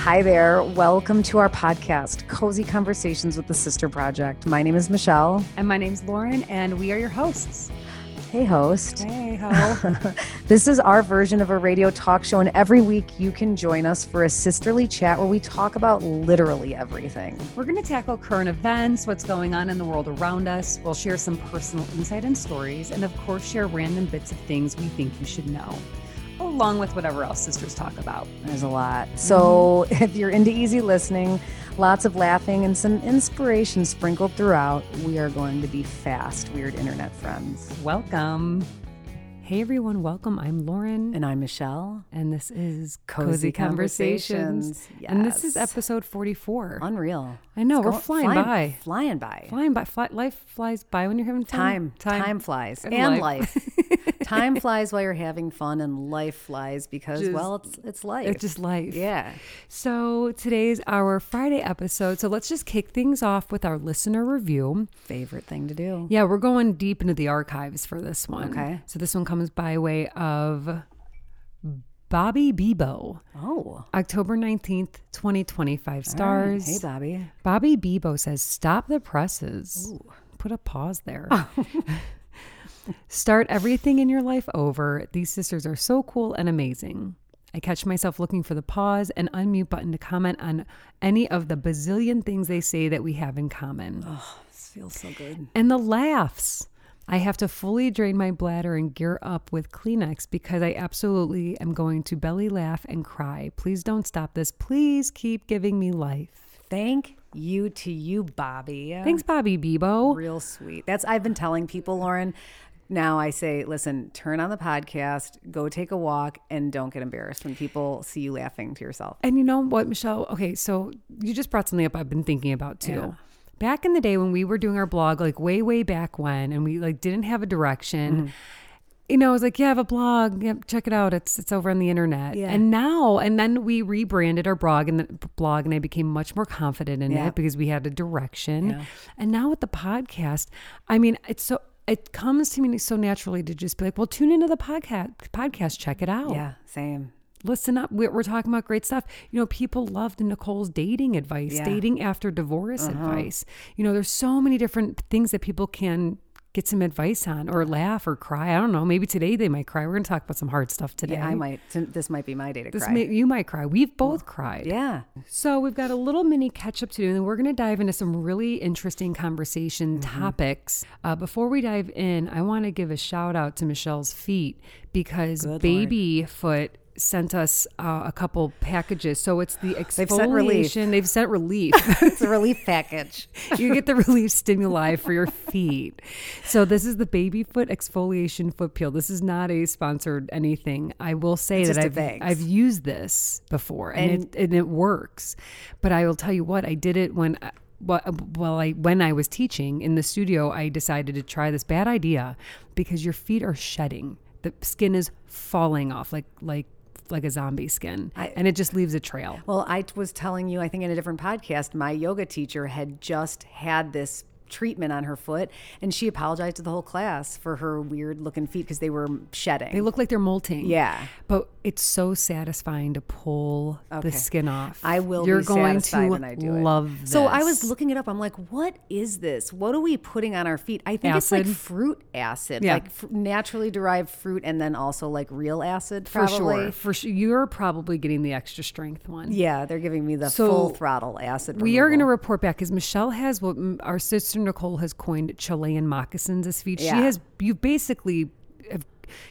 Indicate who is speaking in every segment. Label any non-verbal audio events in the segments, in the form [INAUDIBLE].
Speaker 1: Hi there. Welcome to our podcast, Cozy Conversations with the Sister Project. My name is Michelle.
Speaker 2: And my name's Lauren, and we are your hosts.
Speaker 1: Hey, host.
Speaker 2: Hey, [LAUGHS] ho.
Speaker 1: this is our version of a radio talk show, and every week you can join us for a sisterly chat where we talk about literally everything.
Speaker 2: We're going to tackle current events, what's going on in the world around us. We'll share some personal insight and stories, and of course, share random bits of things we think you should know, along with whatever else sisters talk about.
Speaker 1: There's a lot. So [LAUGHS]
Speaker 2: Mm-hmm.
Speaker 1: if you're into easy listening, lots of laughing, and some inspiration sprinkled throughout, we are going to be fast, weird internet friends.
Speaker 2: Welcome. Hey, everyone. Welcome. I'm Lauren.
Speaker 1: And I'm Michelle.
Speaker 2: and this is Cozy, Conversations. And this is
Speaker 1: Yes.
Speaker 2: episode 44.
Speaker 1: Unreal.
Speaker 2: I know,
Speaker 1: It's
Speaker 2: we're
Speaker 1: going-
Speaker 2: flying, by.
Speaker 1: Flying by.
Speaker 2: Flying by. Fly, life flies by when you're having fun.
Speaker 1: Time, time, flies, and,
Speaker 2: and
Speaker 1: life.
Speaker 2: life. [LAUGHS]
Speaker 1: time flies while you're having fun, and life flies because
Speaker 2: Just-
Speaker 1: well, it's it's life.
Speaker 2: It's just life.
Speaker 1: yeah.
Speaker 2: So today's our Friday episode. So let's just kick things off with our listener review.
Speaker 1: Favorite thing to do.
Speaker 2: Yeah, we're going deep into the archives for this one.
Speaker 1: Okay.
Speaker 2: So this one comes by way of Bobby Bebo,
Speaker 1: Oh,
Speaker 2: October 19th, 2025 stars.
Speaker 1: hey Bobby.
Speaker 2: Bobby Bebo says, Stop the presses. Put a pause there. [LAUGHS] Start everything in your life over. These sisters are so cool and amazing. I catch myself looking for the pause and unmute button to comment on any of the bazillion things they say that we have in common.
Speaker 1: This feels so good.
Speaker 2: And the laughs. I have to fully drain my bladder and gear up with Kleenex because I absolutely am going to belly laugh and cry. Please don't stop this. Please keep giving me life.
Speaker 1: Thank you to you, Bobby.
Speaker 2: Thanks, Bobby Bebo.
Speaker 1: Real sweet. That's I've been telling people, Lauren. Now I say, listen, turn on the podcast, go take a walk, and don't get embarrassed when people see you laughing to yourself.
Speaker 2: And you know what, Michelle? Okay, so you just brought something up I've been thinking about too. Back in the day when we were doing our blog, like way, way back when, and we like didn't have a direction.
Speaker 1: Mm-hmm.
Speaker 2: You know, I was like, yeah, I have a blog. Yep, check it out. It's it's over on the internet.
Speaker 1: Yeah.
Speaker 2: And now, and then we rebranded our blog and the blog, and I became much more confident in
Speaker 1: Yeah.
Speaker 2: it because we had a direction. And now with the podcast, I mean, it's so it comes to me so naturally to just be like, well, tune into the podcast, podcast, check it out
Speaker 1: Yeah, same.
Speaker 2: listen up. We're, we're talking about great stuff. You know, people loved Nicole's dating advice,
Speaker 1: Yeah. Uh-huh.
Speaker 2: dating after divorce advice. You know, there's so many different things that people can get some advice on or laugh or cry. I don't know. Maybe today they might cry. We're going to talk about some hard stuff today.
Speaker 1: Yeah, I might. This might be my day to
Speaker 2: This
Speaker 1: cry.
Speaker 2: may, you might cry. We've both cried.
Speaker 1: yeah.
Speaker 2: So we've got a little mini catch up to do, and then we're going to dive into some really interesting conversation
Speaker 1: Mm-hmm.
Speaker 2: topics. Uh, before we dive in, I want to give a shout out to Michelle's feet because Baby Foot sent us uh, a couple packages. So it's the exfoliation.
Speaker 1: They've sent relief.
Speaker 2: They've sent relief. [LAUGHS]
Speaker 1: It's a relief package.
Speaker 2: you get the [LAUGHS] relief stimuli for your feet. So this is the Baby Foot exfoliation foot peel. This is not a sponsored anything. I will say
Speaker 1: It's
Speaker 2: that
Speaker 1: just a
Speaker 2: I've
Speaker 1: thanks.
Speaker 2: I've used this before and,
Speaker 1: And-
Speaker 2: it and it works. But I will tell you what I did it when. I- wh- Well, I when I was teaching in the studio, I decided to try this bad idea because your feet are shedding. The skin is falling off like like like a zombie skin, and it just leaves a trail.
Speaker 1: Well, I t- was telling you, I think in a different podcast, my yoga teacher had just had this treatment on her foot, and she apologized to the whole class for her weird looking feet because they were shedding.
Speaker 2: They look like they're molting.
Speaker 1: Yeah.
Speaker 2: But it's so satisfying to pull the skin off.
Speaker 1: I will.
Speaker 2: You're
Speaker 1: be
Speaker 2: going
Speaker 1: satisfied
Speaker 2: to
Speaker 1: when I do
Speaker 2: love
Speaker 1: it.
Speaker 2: this.
Speaker 1: So I was looking it up. I'm like, what is this? What are we putting on our feet? I think it's like
Speaker 2: Acid?
Speaker 1: fruit acid,
Speaker 2: Yeah.
Speaker 1: like fr- naturally derived fruit, and then also like real acid.
Speaker 2: for
Speaker 1: Probably.
Speaker 2: sure. For sure, you're probably getting the extra strength one.
Speaker 1: Yeah, they're giving me the
Speaker 2: So
Speaker 1: full throttle acid.
Speaker 2: We are
Speaker 1: removal.
Speaker 2: going to report back because Michelle has what mm, our sister Nicole has coined Chilean moccasins as feet.
Speaker 1: Yeah.
Speaker 2: She has. You basically, have,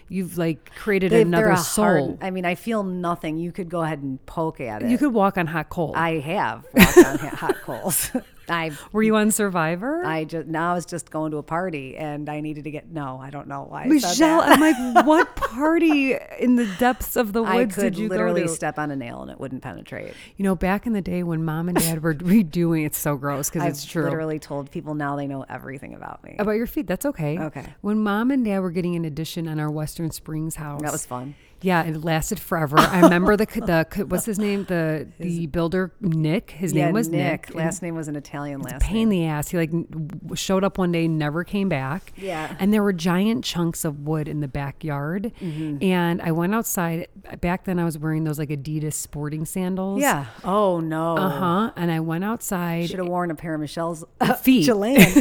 Speaker 2: you've like created
Speaker 1: They- they're
Speaker 2: another
Speaker 1: a
Speaker 2: soul.
Speaker 1: hard- I mean, I feel nothing. You could go ahead and poke at it.
Speaker 2: you could walk on hot coal.
Speaker 1: I have walked on ha- hot coals. [LAUGHS] I
Speaker 2: Were you on Survivor?
Speaker 1: I just now I was just going to a party and I needed to get no, I don't know why. I said
Speaker 2: Michelle,
Speaker 1: that.
Speaker 2: I'm
Speaker 1: [LAUGHS]
Speaker 2: like, what party in the depths of the
Speaker 1: I
Speaker 2: woods
Speaker 1: could
Speaker 2: did you
Speaker 1: literally
Speaker 2: go to?
Speaker 1: step on a nail and it wouldn't penetrate.
Speaker 2: You know, back in the day when mom and dad were [LAUGHS] redoing it's so gross because it's
Speaker 1: I've
Speaker 2: true.
Speaker 1: literally told people now they know everything about me.
Speaker 2: about your feet, that's okay.
Speaker 1: Okay.
Speaker 2: When mom and dad were getting an addition on our Western Springs house,
Speaker 1: That was fun.
Speaker 2: Yeah, it lasted forever. I remember the the what's his name
Speaker 1: [LAUGHS]
Speaker 2: the the builder Nick. His
Speaker 1: yeah,
Speaker 2: name was
Speaker 1: Nick.
Speaker 2: Nick.
Speaker 1: Last name was an Italian last
Speaker 2: pain in the ass. He like w- showed up one day, never came back.
Speaker 1: Yeah.
Speaker 2: And there were giant chunks of wood in the backyard.
Speaker 1: Mm-hmm.
Speaker 2: And I went outside. Back then, I was wearing those like Adidas sporting sandals.
Speaker 1: name. Yeah. Oh no.
Speaker 2: Uh huh. And I went outside.
Speaker 1: Should have worn a pair of
Speaker 2: [LAUGHS]
Speaker 1: Michelle's uh,
Speaker 2: feet.
Speaker 1: Jelaine.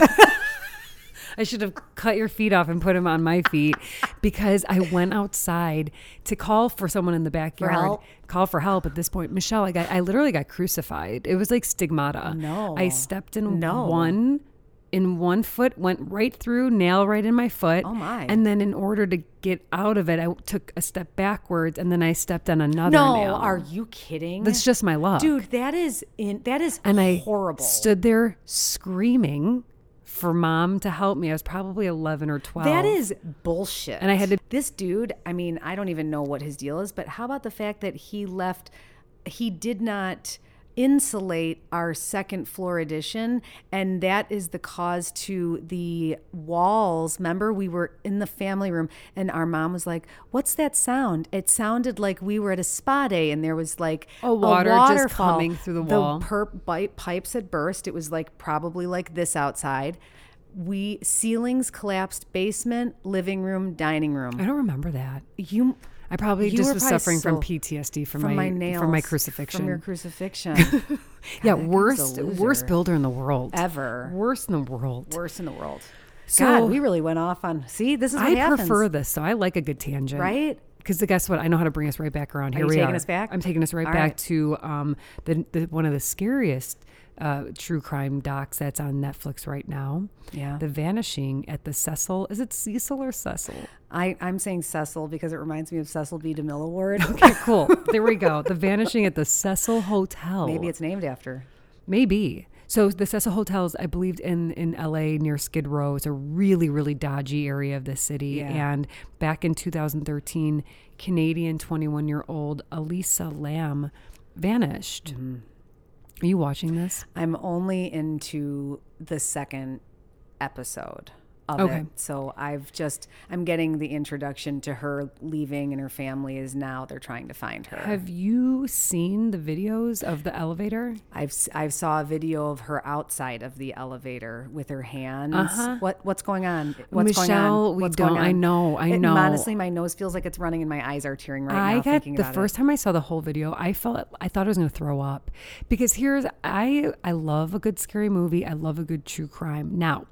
Speaker 2: I should have cut your feet off and put them on my feet because I went outside to call for someone in the backyard,
Speaker 1: help?
Speaker 2: call for help. At this point, Michelle, I got, I literally got crucified. It was like stigmata.
Speaker 1: No.
Speaker 2: I stepped in
Speaker 1: No.
Speaker 2: one, in one foot, went right through, nail right in my foot.
Speaker 1: Oh, my.
Speaker 2: And then in order to get out of it, I took a step backwards and then I stepped on another
Speaker 1: no,
Speaker 2: nail.
Speaker 1: are you kidding?
Speaker 2: That's just my luck,
Speaker 1: Dude, that is in that is
Speaker 2: And I
Speaker 1: horrible.
Speaker 2: Stood there screaming. For mom to help me, I was probably eleven or twelve.
Speaker 1: That is bullshit.
Speaker 2: And I had to-
Speaker 1: This dude, I mean, I don't even know what his deal is, but how about the fact that he left, he did not insulate our second floor addition and that is the cause to the walls remember we were in the family room and our mom was like what's that sound it sounded like we were at a spa day and there was like
Speaker 2: A water just
Speaker 1: waterfall.
Speaker 2: coming through the wall.
Speaker 1: per bi- pipes had burst. It was like probably like this outside. We ceilings collapsed, basement, living room, dining
Speaker 2: I
Speaker 1: room.
Speaker 2: don't remember that.
Speaker 1: You
Speaker 2: I probably
Speaker 1: You
Speaker 2: just
Speaker 1: were
Speaker 2: was
Speaker 1: probably
Speaker 2: suffering
Speaker 1: so-
Speaker 2: from PTSD from,
Speaker 1: from my
Speaker 2: my,
Speaker 1: nails
Speaker 2: from my crucifixion.
Speaker 1: from your
Speaker 2: [LAUGHS]
Speaker 1: crucifixion.
Speaker 2: yeah,
Speaker 1: that guy's a
Speaker 2: worst worst
Speaker 1: loser.
Speaker 2: builder in the world
Speaker 1: Ever.
Speaker 2: Worst in the world.
Speaker 1: Worst in the world.
Speaker 2: So-
Speaker 1: God, we really went off on. See, this is what
Speaker 2: I
Speaker 1: happens,
Speaker 2: prefer this, so I like a good tangent,
Speaker 1: right?
Speaker 2: Because guess what? I know how to bring us right back around. Here
Speaker 1: you
Speaker 2: we
Speaker 1: taking
Speaker 2: are.
Speaker 1: us back?
Speaker 2: I'm taking us right
Speaker 1: All
Speaker 2: back
Speaker 1: right.
Speaker 2: to um, the, the one of the scariest uh, true crime docs that's on Netflix right now.
Speaker 1: Yeah.
Speaker 2: The Vanishing at the Cecil. Is it Cecil or Cecil?
Speaker 1: I, I'm saying Cecil because it reminds me of Cecil B. DeMille Award.
Speaker 2: [LAUGHS] Okay,
Speaker 1: [LAUGHS]
Speaker 2: cool. there we go. The Vanishing at the Cecil Hotel.
Speaker 1: Maybe it's named after.
Speaker 2: Maybe. So the Cecil Hotels, I believed in in LA near Skid Row. It's a really really dodgy area of the city.
Speaker 1: Yeah.
Speaker 2: And back in 2013, Canadian 21 year old Elisa Lamb vanished. Are you watching this?
Speaker 1: I'm only into the second episode of
Speaker 2: Okay.
Speaker 1: it. So I've just I'm getting the introduction to her leaving and her family is now they're trying to find her.
Speaker 2: Have you seen the videos of the elevator?
Speaker 1: I've s- I've saw a video of her outside of the elevator with her hands.
Speaker 2: Uh-huh.
Speaker 1: What what's going on? What's going
Speaker 2: Michelle,
Speaker 1: on?
Speaker 2: we
Speaker 1: What's
Speaker 2: don't- I know, I
Speaker 1: And
Speaker 2: know.
Speaker 1: Honestly, my nose feels like it's running and my eyes are tearing right
Speaker 2: I
Speaker 1: now
Speaker 2: got
Speaker 1: thinking
Speaker 2: the
Speaker 1: about
Speaker 2: first time I saw the whole video, I felt I thought I was going to throw up because here's I I love a good scary movie. I love a good true crime. Now,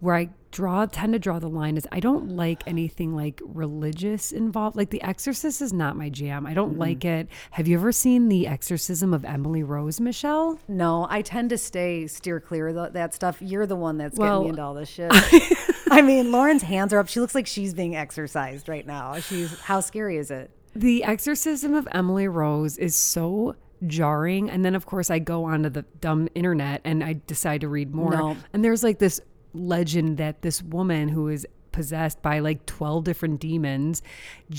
Speaker 2: where I draw tend to draw the line is I don't like anything like religious involved. Like The Exorcist is not my jam. I don't like it. Have you ever seen The Exorcism of Emily Rose, Michelle?
Speaker 1: it. No, I tend to stay steer clear of tho- that stuff. You're the one that's getting
Speaker 2: Well-
Speaker 1: me into all
Speaker 2: [LAUGHS]
Speaker 1: this shit. I mean, Lauren's hands are up. She looks like she's being exercised right now. She's how scary is it?
Speaker 2: The exorcism of Emily Rose is so jarring. And then, of course, I go onto the dumb internet and I decide to read more.
Speaker 1: No.
Speaker 2: And there's like this legend that this woman who is possessed by like 12 different demons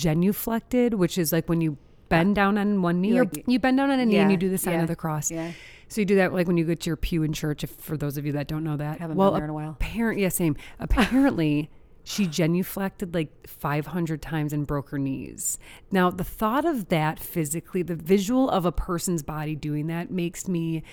Speaker 2: genuflected, which is like when you bend down on one knee, or
Speaker 1: like-
Speaker 2: you bend down on a knee
Speaker 1: Yeah,
Speaker 2: and you do the sign
Speaker 1: yeah,
Speaker 2: of the cross.
Speaker 1: yeah.
Speaker 2: So you do that like when you go to your pew in church, if, for those of you that don't know that.
Speaker 1: Haven't been there in a while.
Speaker 2: Apparent, yeah, same. Apparently, she genuflected like 500 times and broke her knees. Now, the thought of that physically, the visual of a person's body doing that makes me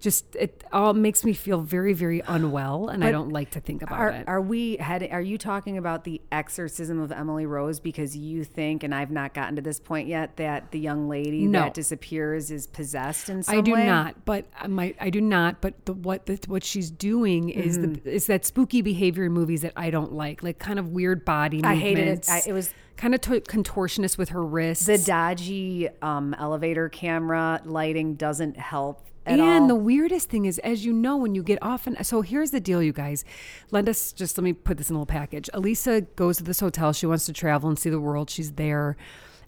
Speaker 2: just, it all makes me feel very, very unwell. And I don't like to think about
Speaker 1: Are,
Speaker 2: it.
Speaker 1: are we head, are you talking about the exorcism of Emily Rose because you think and I've not gotten to this point yet that the young lady
Speaker 2: No.
Speaker 1: that disappears is possessed in some
Speaker 2: I do
Speaker 1: way?
Speaker 2: not, but my I do not, but the, what the, what she's doing is
Speaker 1: Mm-hmm.
Speaker 2: the is that spooky behavior in movies that I don't like, like kind of weird body
Speaker 1: I
Speaker 2: movements.
Speaker 1: hated it. I, it was
Speaker 2: kind of to contortionist with her wrists.
Speaker 1: the dodgy um, elevator camera lighting doesn't help at
Speaker 2: and
Speaker 1: all.
Speaker 2: the weirdest thing is, as you know, when you get off, and so here's the deal, you guys. Let us just let me put this in a little package. Elisa goes to this hotel. She wants to travel and see the world. She's there.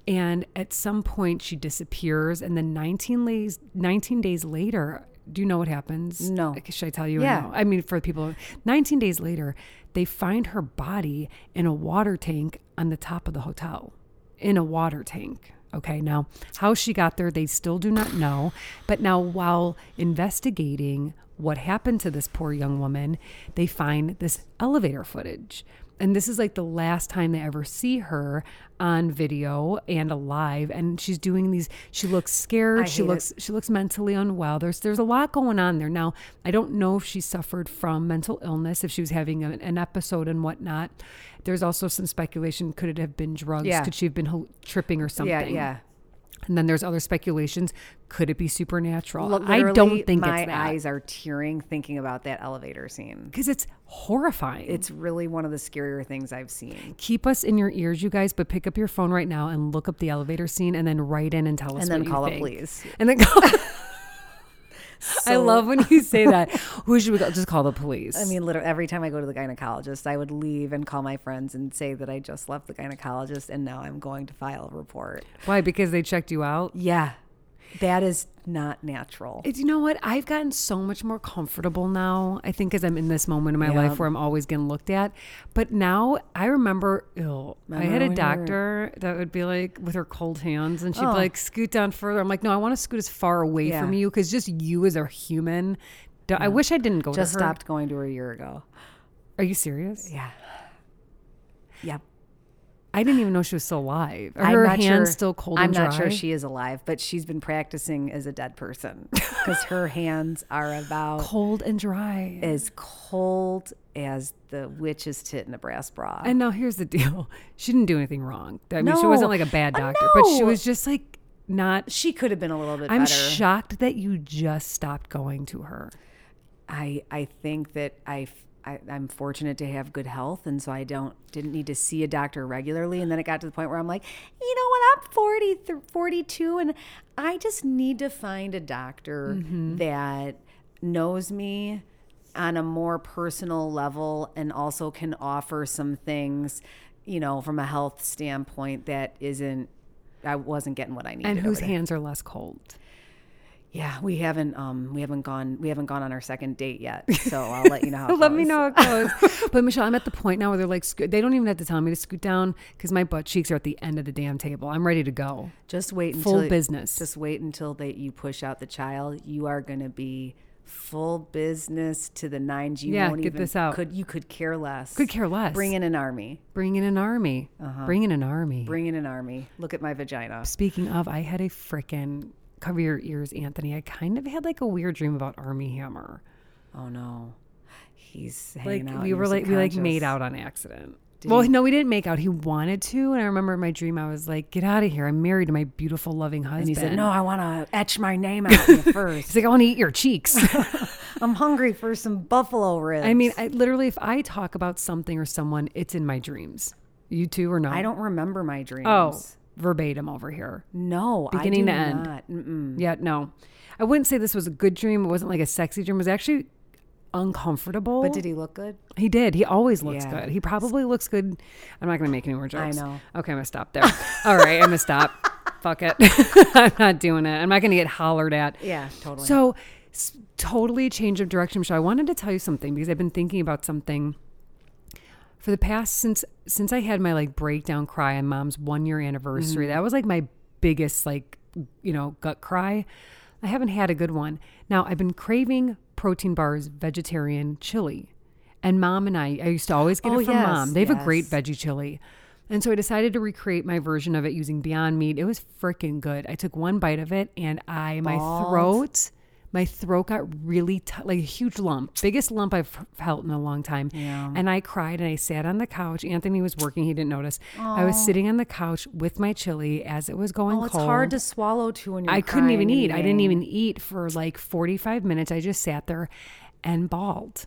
Speaker 2: And at some point, she disappears. And then 19 days, 19 days later, do you know what happens?
Speaker 1: No.
Speaker 2: Like, Should I tell you? or
Speaker 1: Yeah.
Speaker 2: no? I mean, for the people, 19 days later, they find her body in a water tank on the top of the hotel. In a water tank. Okay, now how she got there, they still do not know. But now, while investigating what happened to this poor young woman, they find this elevator footage. and this is like the last time they ever see her on video and alive and she's doing these she looks scared she
Speaker 1: hate
Speaker 2: looks she looks mentally unwell there's there's a lot going on there now i don't know if she suffered from mental illness if she was having an, an episode and whatnot there's also some speculation could it have been drugs
Speaker 1: Yeah.
Speaker 2: could she have been hal- tripping or something
Speaker 1: Yeah, yeah.
Speaker 2: and then there's other speculations could it be supernatural
Speaker 1: L-
Speaker 2: i
Speaker 1: literally,
Speaker 2: don't think
Speaker 1: my
Speaker 2: it's that
Speaker 1: eyes are tearing thinking about that elevator scene.
Speaker 2: because it's horrifying
Speaker 1: It's really one of the scarier things I've seen.
Speaker 2: keep us in your ears, you guys, but pick up your phone right now and look up the elevator scene and then write in and tell us.
Speaker 1: And then
Speaker 2: what you
Speaker 1: call it,
Speaker 2: think.
Speaker 1: please.
Speaker 2: And then [LAUGHS] call. I love when you say [LAUGHS] that. Who should we call? Just call the police.
Speaker 1: I mean, literally, every time I go to the gynecologist, I would leave and call my friends and say that I just left the gynecologist and now I'm going to file a report.
Speaker 2: why? Because they checked you out.
Speaker 1: Yeah, that is not natural.
Speaker 2: It's, you know what? I've gotten so much more comfortable now. I think as I'm in this moment in my life where I'm always getting looked at. But now I remember, ill. I had a doctor that would be like with her cold hands, and she'd be like, "Scoot down further." I'm like, "No, I want to scoot as far away
Speaker 1: Yeah.
Speaker 2: from you because just you as a human." do- I wish I didn't go
Speaker 1: just
Speaker 2: to her.
Speaker 1: stopped going to her a year ago.
Speaker 2: Are you serious?
Speaker 1: Yeah. Yep.
Speaker 2: I didn't even know she was still alive. Are
Speaker 1: I'm
Speaker 2: her
Speaker 1: not
Speaker 2: hands
Speaker 1: sure-
Speaker 2: still cold
Speaker 1: I'm
Speaker 2: and dry?
Speaker 1: not sure she is alive, but she's been practicing as a dead
Speaker 2: [LAUGHS]
Speaker 1: person because her hands are about
Speaker 2: cold and dry.
Speaker 1: as cold as the witch's tit in a brass bra.
Speaker 2: And now here's the deal. [LAUGHS] She didn't do anything wrong. I mean, she
Speaker 1: No.
Speaker 2: wasn't like a bad
Speaker 1: Uh,
Speaker 2: doctor, but she
Speaker 1: no.
Speaker 2: was just like not.
Speaker 1: she could have been a little bit
Speaker 2: I'm
Speaker 1: better.
Speaker 2: shocked that you just stopped going to her.
Speaker 1: I I think that I. f- I, am fortunate to have good health, and so I don't didn't need to see a doctor regularly. And then it got to the point where I'm like, you know what, I'm 40, th- 42, and I just need to find a doctor
Speaker 2: Mm-hmm.
Speaker 1: that knows me on a more personal level and also can offer some things, you know, from a health standpoint that isn't. I wasn't getting what I needed.
Speaker 2: And
Speaker 1: over
Speaker 2: whose
Speaker 1: there.
Speaker 2: hands are less cold?
Speaker 1: Yeah, we haven't um we haven't gone we haven't gone on our second date yet. So I'll let you know. How it
Speaker 2: [LAUGHS] Let me
Speaker 1: goes.
Speaker 2: know
Speaker 1: [LAUGHS]
Speaker 2: how it goes. but Michelle, I'm at the point now where they're like, scoot, they don't even have to tell me to scoot down because my butt cheeks are at the end of the damn table. I'm ready to go.
Speaker 1: Just wait until
Speaker 2: Full business.
Speaker 1: Just wait until that you push out the child. You are going to be full business to the nines. You
Speaker 2: Yeah,
Speaker 1: won't
Speaker 2: get
Speaker 1: even,
Speaker 2: this out.
Speaker 1: Could you could care less?
Speaker 2: Could care less.
Speaker 1: Bring Uh-huh. in an army.
Speaker 2: Bring in an army. Bring in an army.
Speaker 1: Bring in an army. Look at my vagina.
Speaker 2: Speaking of, I had a frickin' cover your ears, Anthony. I kind of had like a weird dream about Army Hammer.
Speaker 1: Oh no, he's
Speaker 2: Like
Speaker 1: hanging out.
Speaker 2: we
Speaker 1: in your
Speaker 2: were like we like
Speaker 1: subconscious.
Speaker 2: made out on accident. well, no, we didn't make out. He wanted to, and I remember in my dream I was like, "Get out of here! I'm married to my beautiful, loving husband."
Speaker 1: And he said, "No, I want to etch my name out [LAUGHS]
Speaker 2: [LAUGHS]
Speaker 1: in the first.
Speaker 2: He's like, "I want to eat your [LAUGHS] cheeks."
Speaker 1: I'm hungry for some buffalo ribs."
Speaker 2: I mean, I literally, if I talk about something or someone, it's in my dreams. You too, or not?
Speaker 1: I don't remember my dreams.
Speaker 2: Oh, verbatim over here.
Speaker 1: No,
Speaker 2: Beginning
Speaker 1: I
Speaker 2: to
Speaker 1: do
Speaker 2: end.
Speaker 1: Not. Mm-mm.
Speaker 2: Yeah, no. I wouldn't say this was a good dream. It wasn't like a sexy dream. It was actually uncomfortable.
Speaker 1: But did he look good?
Speaker 2: He did. He always looks
Speaker 1: Yeah.
Speaker 2: good. He probably looks good. I'm not going to make any more jokes.
Speaker 1: know.
Speaker 2: Okay, I'm going to
Speaker 1: [LAUGHS]
Speaker 2: stop there. All right, I'm going to stop. Fuck it. [LAUGHS] I'm not doing it. I'm not going to get hollered at.
Speaker 1: Yeah, totally.
Speaker 2: So, s- totally change of direction, Michelle. I wanted to tell you something because I've been thinking about something for the past since since I had my like breakdown cry on mom's one year
Speaker 1: Mm-hmm.
Speaker 2: anniversary. That was like my biggest like you know gut cry. I haven't had a good one. Now I've been craving protein bars, vegetarian chili, and mom and I. I used to always get
Speaker 1: Oh,
Speaker 2: it from
Speaker 1: yes,
Speaker 2: mom. They have a great
Speaker 1: yes.
Speaker 2: veggie chili. And so I decided to recreate my version of it using Beyond Meat. It was freaking good. I took one bite of it and I my throat my throat got really t- like a huge lump, biggest lump I've f- felt in a long time.
Speaker 1: Yeah.
Speaker 2: And I cried and I sat on the couch. Anthony was working; he didn't notice. I was sitting on the couch with my chili as it was going
Speaker 1: Well, Oh, it's
Speaker 2: cold.
Speaker 1: hard to swallow too when you're.
Speaker 2: I couldn't even
Speaker 1: crying
Speaker 2: eat.
Speaker 1: and
Speaker 2: I didn't
Speaker 1: eating.
Speaker 2: even eat for like 45 minutes. I just sat there and bawled.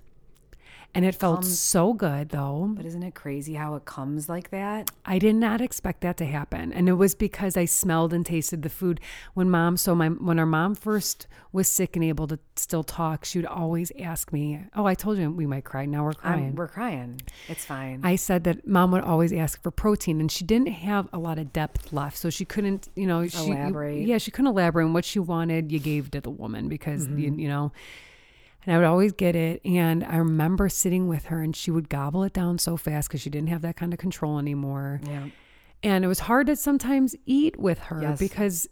Speaker 2: And it felt so good though.
Speaker 1: But isn't it crazy how it comes like that?
Speaker 2: I did not expect that to happen, and it was because I smelled and tasted the food. When mom, so my when our mom first was sick and able to still talk, she would always ask me, "Oh, I told you we might cry. Now we're
Speaker 1: I'm,
Speaker 2: crying."
Speaker 1: we're crying. It's fine.
Speaker 2: Oh, I said that mom would always ask for protein, and she didn't have a lot of depth left, so she couldn't, you know, she,
Speaker 1: Elaborate.
Speaker 2: Yeah, she couldn't elaborate on what she wanted. You gave to the woman because you,
Speaker 1: Mm-hmm.
Speaker 2: you know. And I would always get it. And I remember sitting with her, and she would gobble it down so fast because she didn't have that kind of control anymore
Speaker 1: yeah.
Speaker 2: and it was hard to sometimes eat with her
Speaker 1: Yes.
Speaker 2: because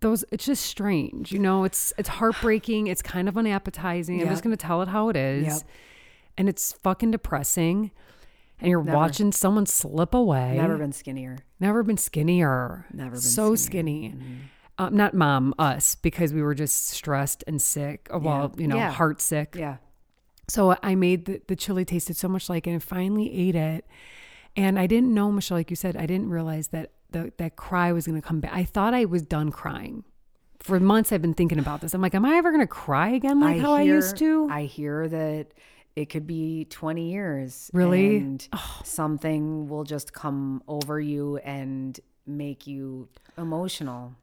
Speaker 2: those it's just strange you know it's it's heartbreaking it's kind of unappetizing i'm just
Speaker 1: Yep.
Speaker 2: going to tell it how it is
Speaker 1: Yep.
Speaker 2: and it's fucking depressing and you're watching someone slip away.
Speaker 1: Never been skinnier.
Speaker 2: Never been skinnier.
Speaker 1: Never been Mm-hmm.
Speaker 2: so skinny. Um, not mom, us, because we were just stressed and sick. uh, Well, you know,
Speaker 1: Yeah.
Speaker 2: heart sick.
Speaker 1: Yeah.
Speaker 2: So I made the, the chili tasted so much like it and finally ate it. And I didn't know, Michelle, like you said, I didn't realize that the, that cry was going to come back. I thought I was done crying. For months, I've been thinking about this. I'm like, am I ever going to cry again like how I used to?
Speaker 1: I hear that it could be 20 years.
Speaker 2: Really? Oh.
Speaker 1: And something will just come over you and make you emotional.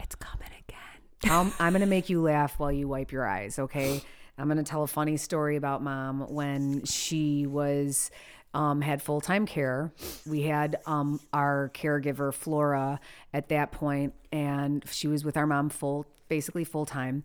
Speaker 2: it's coming again.
Speaker 1: I'm, I'm going to make you laugh while you wipe your eyes, okay? I'm going to tell a funny story about mom when she was um, had full time care. We had um, our caregiver Flora at that point, and she was with our mom full, basically full time.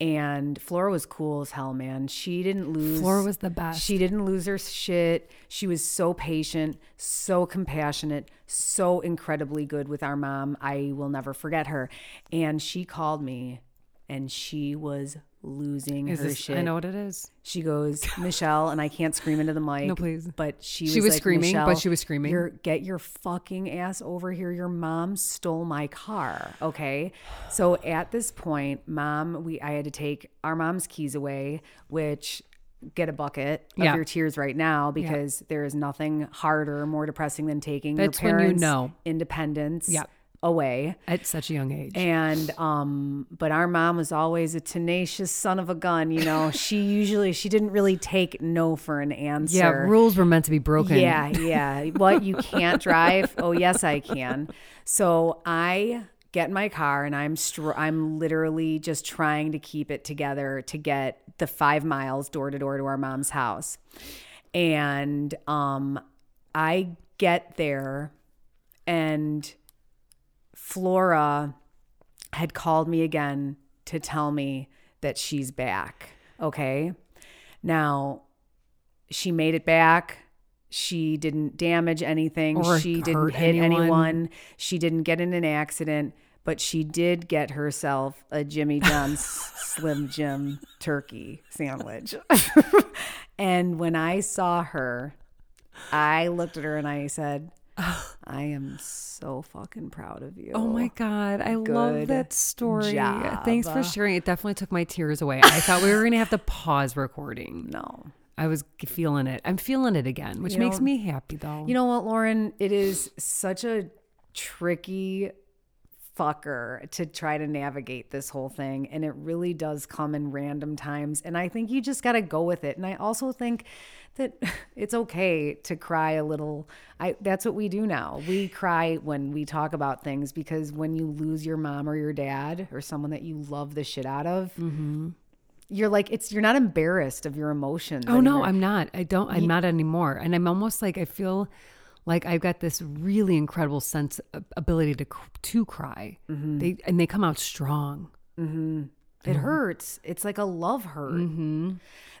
Speaker 1: And Flora was cool as hell, man. She didn't lose.
Speaker 2: Flora was the best.
Speaker 1: She didn't lose her shit. She was so patient, so compassionate, so incredibly good with our mom. I will never forget her. And she called me and she was losing
Speaker 2: Is
Speaker 1: her
Speaker 2: this,
Speaker 1: shit.
Speaker 2: I know what it is.
Speaker 1: She goes, Michelle, and I can't scream into the mic.
Speaker 2: No, please.
Speaker 1: But she
Speaker 2: She
Speaker 1: was,
Speaker 2: was
Speaker 1: like,
Speaker 2: screaming, but
Speaker 1: "Michelle,
Speaker 2: she was screaming."
Speaker 1: Your, get your fucking ass over here. Your mom stole my car. Okay. So at this point, mom, we I had to take our mom's keys away, which get a bucket of
Speaker 2: Yeah.
Speaker 1: your tears right now because there is nothing harder, more depressing than taking
Speaker 2: That's when
Speaker 1: your
Speaker 2: you
Speaker 1: parents'
Speaker 2: know.
Speaker 1: independence
Speaker 2: Yeah.
Speaker 1: away.
Speaker 2: At such a young age.
Speaker 1: And um, but our mom was always a tenacious son of a gun. You know, she usually she didn't really take no for an answer.
Speaker 2: yeah, rules were meant to be broken.
Speaker 1: Yeah, yeah. What you can't drive? Oh, yes, I can. So I get in my car and I'm str- I'm literally just trying to keep it together to get the five miles door to door to our mom's house, and um, I get there, and Flora had called me again to tell me that she's back. Okay. Now, she made it back. She didn't damage anything.
Speaker 2: Or
Speaker 1: she
Speaker 2: hurt
Speaker 1: didn't hit
Speaker 2: anyone.
Speaker 1: anyone. She didnn't get in an accident, but she did get herself a Jimmy
Speaker 2: [LAUGHS]
Speaker 1: John's Slim Jim turkey sandwich. and when I saw her, I looked at her and I
Speaker 2: [SIGHS]
Speaker 1: said, I am so fucking proud of you.
Speaker 2: Oh my God. I love
Speaker 1: Good
Speaker 2: that story.
Speaker 1: job.
Speaker 2: Thanks for sharing. It definitely took my tears away. I thought we were going to have to pause recording.
Speaker 1: [LAUGHS] No.
Speaker 2: I was g- feeling it. I'm feeling it again, which makes me happy though.
Speaker 1: You know what, Lauren? It is such a tricky fucker to try to navigate this whole thing. And it really does come in random times. And I think you just got to go with it. And I also think that [LAUGHS] it's okay to cry a little. I that's what we do now. We cry when we talk about things because when you lose your mom or your dad or someone that you love the shit out of, you're like it's you're not embarrassed of your emotions.
Speaker 2: oh no, I'm not. I don't. I'm not anymore. And I'm almost like I feel like I've got this really incredible sense of ability to c- to cry.
Speaker 1: Mm-hmm.
Speaker 2: They and they come out strong.
Speaker 1: It hurts. It's like a love hurt.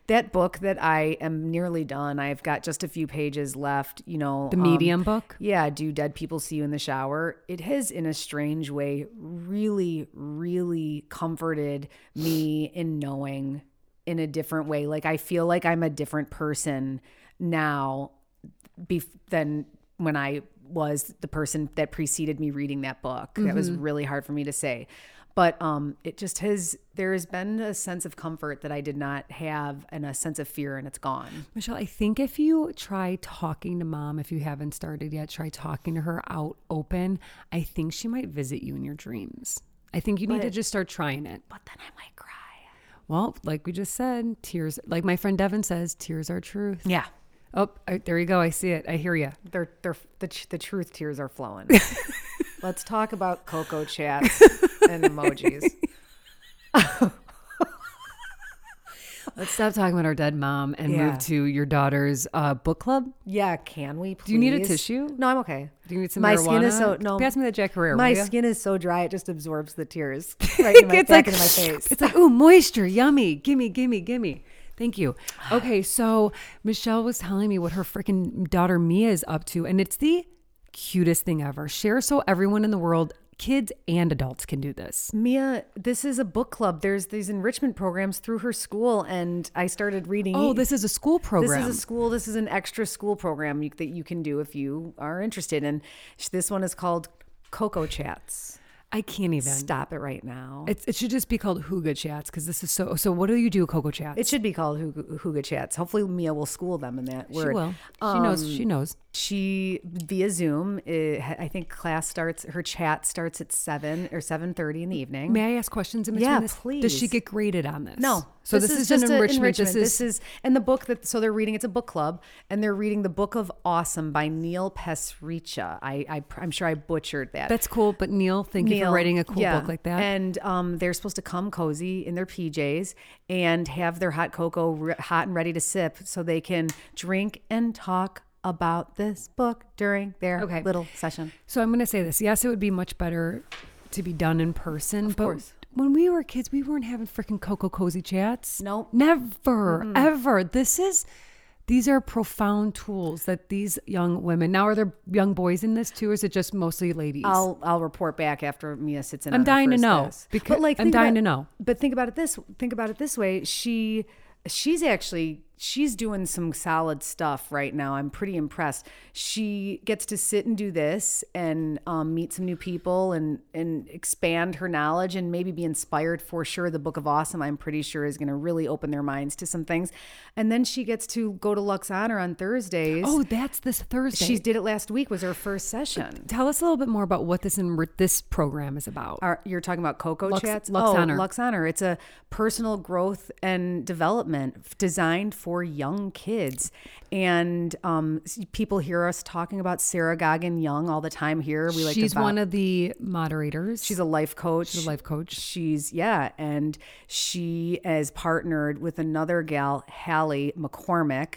Speaker 1: That book that I am nearly done. I've got just a few pages left. You know,
Speaker 2: The
Speaker 1: um,
Speaker 2: medium book.
Speaker 1: yeah. Do dead people see you in the shower? It has, in a strange way, really, really comforted me in knowing in a different way. Like I feel like I'm a different person now bef- than when I was the person that preceded me reading that book. That was really hard for me to say. But um, it just has, there has been a sense of comfort that I did not have and a sense of fear, and it's gone.
Speaker 2: Michelle, I think if you try talking to mom, if you haven't started yet, try talking to her out open. I think she might visit you in your dreams. I think you need to just start trying it.
Speaker 1: But then I might cry.
Speaker 2: Well, like we just said, tears, like my friend Devin says, tears are truth.
Speaker 1: Yeah.
Speaker 2: Oh, I, there you go. I see it. I hear you.
Speaker 1: They're, they're, the, tr- the truth tears are flowing. [LAUGHS] Let's talk about Coco [LAUGHS] chats and emojis.
Speaker 2: Let's stop talking about our dead mom and
Speaker 1: Yeah.
Speaker 2: move to your daughter's uh, book club.
Speaker 1: Yeah, can we please? Do
Speaker 2: you need a tissue?
Speaker 1: No, I'm okay.
Speaker 2: Do you need some
Speaker 1: My
Speaker 2: marijuana?
Speaker 1: skin is so, no.
Speaker 2: Pass me that Jack Herrera.
Speaker 1: My
Speaker 2: will ya?
Speaker 1: skin is so dry, it just absorbs the [LAUGHS] tears right in my,
Speaker 2: it's
Speaker 1: back [LAUGHS]
Speaker 2: like
Speaker 1: into my face.
Speaker 2: It's like ooh, moisture, yummy. Gimme, gimme, gimme.
Speaker 1: [SIGHS]
Speaker 2: Thank you. Okay, so Michelle was telling me what her freaking daughter Mia is up to, and it's the cutest thing ever. Share so everyone in the world Kids and adults can do this.
Speaker 1: Mia, this is a book club. There's these enrichment programs through her school, and I started reading.
Speaker 2: Oh, this is a school
Speaker 1: This
Speaker 2: program.
Speaker 1: is a school. This is an extra school program you, that you can do if you are interested. And sh- this one is called Coco Chats.
Speaker 2: I can't even.
Speaker 1: Stop it right now.
Speaker 2: It's, it should just be called Huga Chats because this is so. So, what do you do, Coco Chats?
Speaker 1: It should be called Huga Huga Chats. Hopefully, Mia will school them in that
Speaker 2: she
Speaker 1: word.
Speaker 2: will. she
Speaker 1: Um,
Speaker 2: knows. She knows.
Speaker 1: She via Zoom. eh, ha I think class starts. Her chat starts at seven or seven thirty in the evening.
Speaker 2: May I ask questions in between
Speaker 1: Yeah,
Speaker 2: this? Does she
Speaker 1: please.
Speaker 2: get graded on this?
Speaker 1: No.
Speaker 2: So this, is, an
Speaker 1: a
Speaker 2: enrichment. This
Speaker 1: This
Speaker 2: is
Speaker 1: is and the book that so they're reading. It's a book club, and they're reading the Book of Awesome by Neil Pasricha. I, I I'm sure I butchered that.
Speaker 2: that's cool. But Neil, thank you for
Speaker 1: Neil,
Speaker 2: writing a cool
Speaker 1: yeah.
Speaker 2: book like that.
Speaker 1: And um, they're supposed to come cozy in their PJs and have their hot cocoa re- hot and ready to sip, so they can drink and talk about this book during their
Speaker 2: Okay.
Speaker 1: little session.
Speaker 2: So I'm going to say this. Yes, it would be much better to be done in person. but
Speaker 1: course.
Speaker 2: when we were kids, we weren't having freaking Coco Cozy chats.
Speaker 1: Nope.
Speaker 2: Never, ever. This is, these are profound tools that these young women, now are there young boys in this too? Or is it just mostly ladies?
Speaker 1: I'll I'll report back after Mia sits in. on
Speaker 2: I'm
Speaker 1: her
Speaker 2: dying to
Speaker 1: first
Speaker 2: know,
Speaker 1: class.
Speaker 2: becau-
Speaker 1: But, like,
Speaker 2: I'm
Speaker 1: think
Speaker 2: dying
Speaker 1: about-
Speaker 2: to know.
Speaker 1: But think about it this think about it this way. She she's actually she's doing some solid stuff right now. I'm pretty impressed. She gets to sit and do this and um, meet some new people and and expand her knowledge and maybe be inspired for sure. The Book of Awesome, I'm pretty sure, is going to really open their minds to some things. And then she gets to go to Lux Honor on Thursdays.
Speaker 2: oh, that's this Thursday.
Speaker 1: she did it last week. Was her first session.
Speaker 2: Tell us a little bit more about what this enri- this program is about.
Speaker 1: Are, you're talking about Coco
Speaker 2: Lux-
Speaker 1: Chats?
Speaker 2: Lux
Speaker 1: oh,
Speaker 2: Honor.
Speaker 1: Lux Honor. It's a personal growth and development f- designed for young kids. And um, s- people hear us talking about Sarah Goggin Young all the time here. We like
Speaker 2: she's
Speaker 1: to vi-
Speaker 2: one of the moderators.
Speaker 1: She's a life coach. She's
Speaker 2: a life coach.
Speaker 1: She's yeah, and she is partnered with another gal, Hallie McCormick,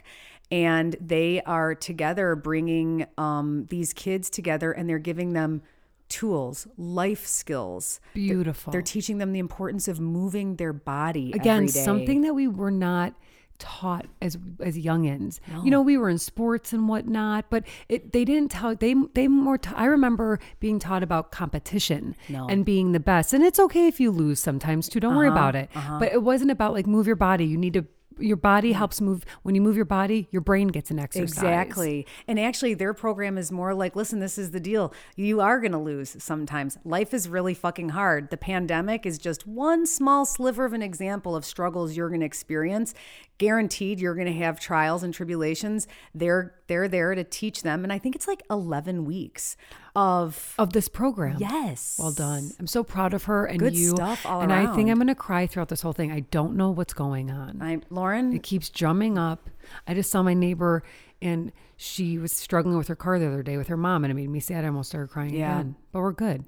Speaker 1: and they are together bringing um, these kids together, and they're giving them tools, life skills.
Speaker 2: beautiful.
Speaker 1: They're teaching them the importance of moving their body
Speaker 2: again
Speaker 1: every day.
Speaker 2: something that we were not taught as as youngins you know we were in sports and whatnot but it they didn't tell they they more ta- I remember being taught about competition and being the best and it's okay if you lose sometimes too don't worry
Speaker 1: Uh-huh,
Speaker 2: about it but it wasn't about like move your body you need to your
Speaker 1: Mm.
Speaker 2: body helps move when you move your body your brain gets an exercise
Speaker 1: Exactly. And actually, their program is more like listen, this is the deal. You are going to lose sometimes. Life is really fucking hard. The pandemic is just one small sliver of an example of struggles you're going to experience. Guaranteed, you're going to have trials and tribulations. They're they're there to teach them, and I think it's like 11 weeks of
Speaker 2: of this program
Speaker 1: yes.
Speaker 2: Well done. I'm so proud of her and
Speaker 1: Good
Speaker 2: you.
Speaker 1: stuff all
Speaker 2: and I think
Speaker 1: around.
Speaker 2: I'm going to cry throughout this whole thing. I don't know what's going on.
Speaker 1: I, Lauren,
Speaker 2: It keeps drumming up. I just saw my neighbor and she was struggling with her car the other day with her mom and it made me sad. I almost started crying
Speaker 1: Yeah.
Speaker 2: again. But we're good.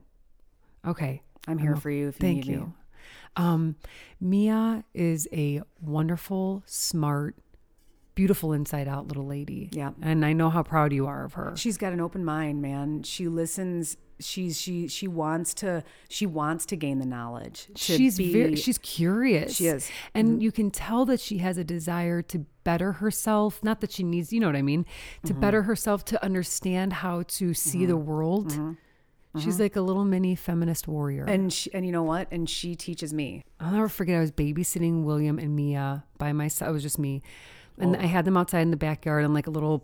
Speaker 2: Okay.
Speaker 1: I'm here for you if you
Speaker 2: Thank
Speaker 1: need me.
Speaker 2: you. Um, Mia is a wonderful, smart, beautiful inside out little lady.
Speaker 1: Yeah.
Speaker 2: And I know how proud you are of her.
Speaker 1: She's got an open mind, man. She listens. She's she she wants to she wants to gain the knowledge. to
Speaker 2: she's
Speaker 1: be-
Speaker 2: very she's curious.
Speaker 1: She is. Mm-hmm.
Speaker 2: and you can tell that she has a desire to better herself. Not that she needs, you know what I mean,
Speaker 1: Mm-hmm.
Speaker 2: to better herself to understand how to see the world.
Speaker 1: Mm-hmm.
Speaker 2: She's like a little mini feminist warrior.
Speaker 1: and she, and you know what? And she teaches me.
Speaker 2: I'll never forget. I was babysitting William and Mia by myself. It was just me,
Speaker 1: Oh.
Speaker 2: and I had them outside in the backyard on like a little,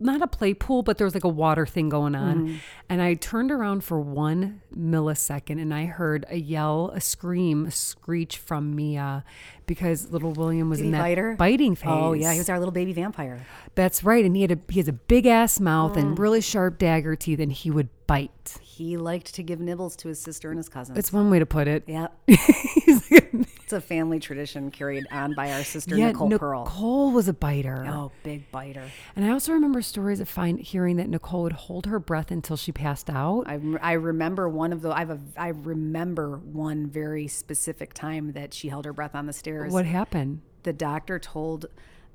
Speaker 2: not a play pool, but there was like a water thing going on.
Speaker 1: Mm-hmm.
Speaker 2: And I turned around for one millisecond, and I heard a yell, a scream, a screech from Mia, because little William was
Speaker 1: Did
Speaker 2: in
Speaker 1: he
Speaker 2: that
Speaker 1: bite her?
Speaker 2: biting phase.
Speaker 1: Oh yeah, he was our little baby vampire.
Speaker 2: that's right. And he had a he has a big ass mouth
Speaker 1: Mm.
Speaker 2: and really sharp dagger teeth, and he would bite.
Speaker 1: He liked to give nibbles to his sister and his cousin.
Speaker 2: That's one way to put it.
Speaker 1: yeah,
Speaker 2: [LAUGHS] He's like-
Speaker 1: it's a family tradition carried on by our sister
Speaker 2: yeah,
Speaker 1: Nicole, Pearl.
Speaker 2: Nicole was a biter.
Speaker 1: Oh, big biter.
Speaker 2: And I also remember stories of find, hearing that Nicole would hold her breath until she passed out.
Speaker 1: I, rem- I remember one of the I have a I remember one very specific time that she held her breath on the stairs.
Speaker 2: What happened?
Speaker 1: the doctor told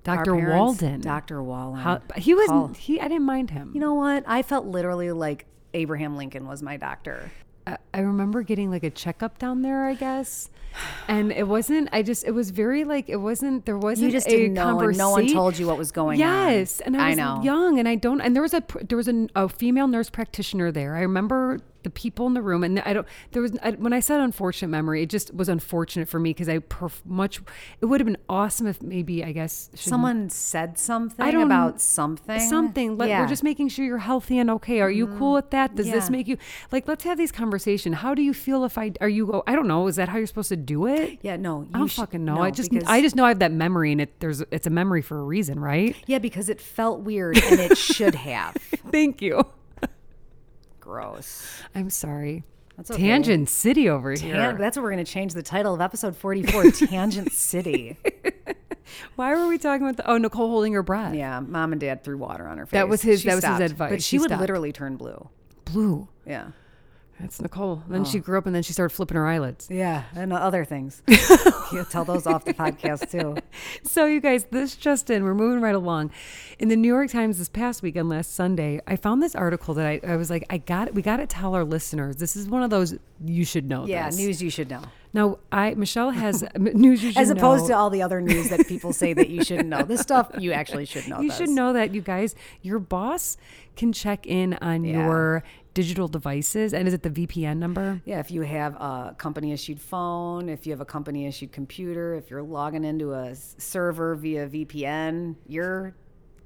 Speaker 1: our
Speaker 2: Dr.
Speaker 1: parents-
Speaker 2: Walden.
Speaker 1: Dr. Walden.
Speaker 2: How, he was
Speaker 1: Call.
Speaker 2: not he. I didn't mind him.
Speaker 1: You know what? I felt literally like Abraham Lincoln was my doctor.
Speaker 2: I, I remember getting like a checkup down there, I guess, and it wasn't. I just it was very like it wasn't. There wasn't.
Speaker 1: You just
Speaker 2: a
Speaker 1: didn't know, and no one
Speaker 2: conversa-
Speaker 1: told you what was going on.
Speaker 2: Yes, and I was
Speaker 1: know.
Speaker 2: young, and I don't. And there was a pr- there was an, a female nurse practitioner there. I remember the people in the room and i don't there was I, when i said unfortunate memory it just was unfortunate for me because i perf- much it would have been awesome if maybe i guess should-
Speaker 1: Someone said something
Speaker 2: I don't-
Speaker 1: about something.
Speaker 2: something let,
Speaker 1: Yeah. Mm-hmm.
Speaker 2: we're just making sure you're healthy and okay are you cool with that does this
Speaker 1: Yeah.
Speaker 2: make you like let's have these conversation how do you feel if i are you go i don't know is that how you're supposed to do it
Speaker 1: Yeah, no. You
Speaker 2: I don't
Speaker 1: sh-
Speaker 2: fucking know.
Speaker 1: no,
Speaker 2: I just
Speaker 1: because-
Speaker 2: I just know I have that memory, and it there's it's a memory for a reason, right? [LAUGHS]
Speaker 1: Yeah, because it felt weird and it should have.
Speaker 2: Thank you.
Speaker 1: Gross.
Speaker 2: I'm sorry.
Speaker 1: That's okay.
Speaker 2: Tangent City over
Speaker 1: Tan-
Speaker 2: here.
Speaker 1: that's what we're going to change the title of episode 44 Tangent City.
Speaker 2: Why were we talking about the, oh Nicole holding her breath?
Speaker 1: Yeah, mom and dad threw water on her face.
Speaker 2: That was his-
Speaker 1: She
Speaker 2: that was his
Speaker 1: stopped,
Speaker 2: advice.
Speaker 1: But she,
Speaker 2: She
Speaker 1: would
Speaker 2: stopped.
Speaker 1: literally turn blue.
Speaker 2: Blue.
Speaker 1: Yeah.
Speaker 2: That's Nicole. Then
Speaker 1: Oh.
Speaker 2: she grew up and then she started flipping her eyelids.
Speaker 1: Yeah, and other [LAUGHS] things. You'll tell those off the podcast too.
Speaker 2: [LAUGHS] So, you guys, this just in, we're moving right along. In the New York Times this past weekend, last Sunday, I found this article that I, I was like, I got it. We got to tell our listeners. This is one of those you should know.
Speaker 1: Yeah,
Speaker 2: this.
Speaker 1: news you should know.
Speaker 2: Now, I Michelle has [LAUGHS] m- news you should
Speaker 1: As opposed
Speaker 2: know.
Speaker 1: to all the other news that people say that you shouldn't know. This stuff you actually should know.
Speaker 2: You
Speaker 1: this.
Speaker 2: should know that you guys, your boss can check in on
Speaker 1: Yeah.
Speaker 2: your digital devices, and is it the VPN number?
Speaker 1: Yeah, if you have a company issued phone, if you have a company issued computer, if you're logging into a s- server via VPN, you're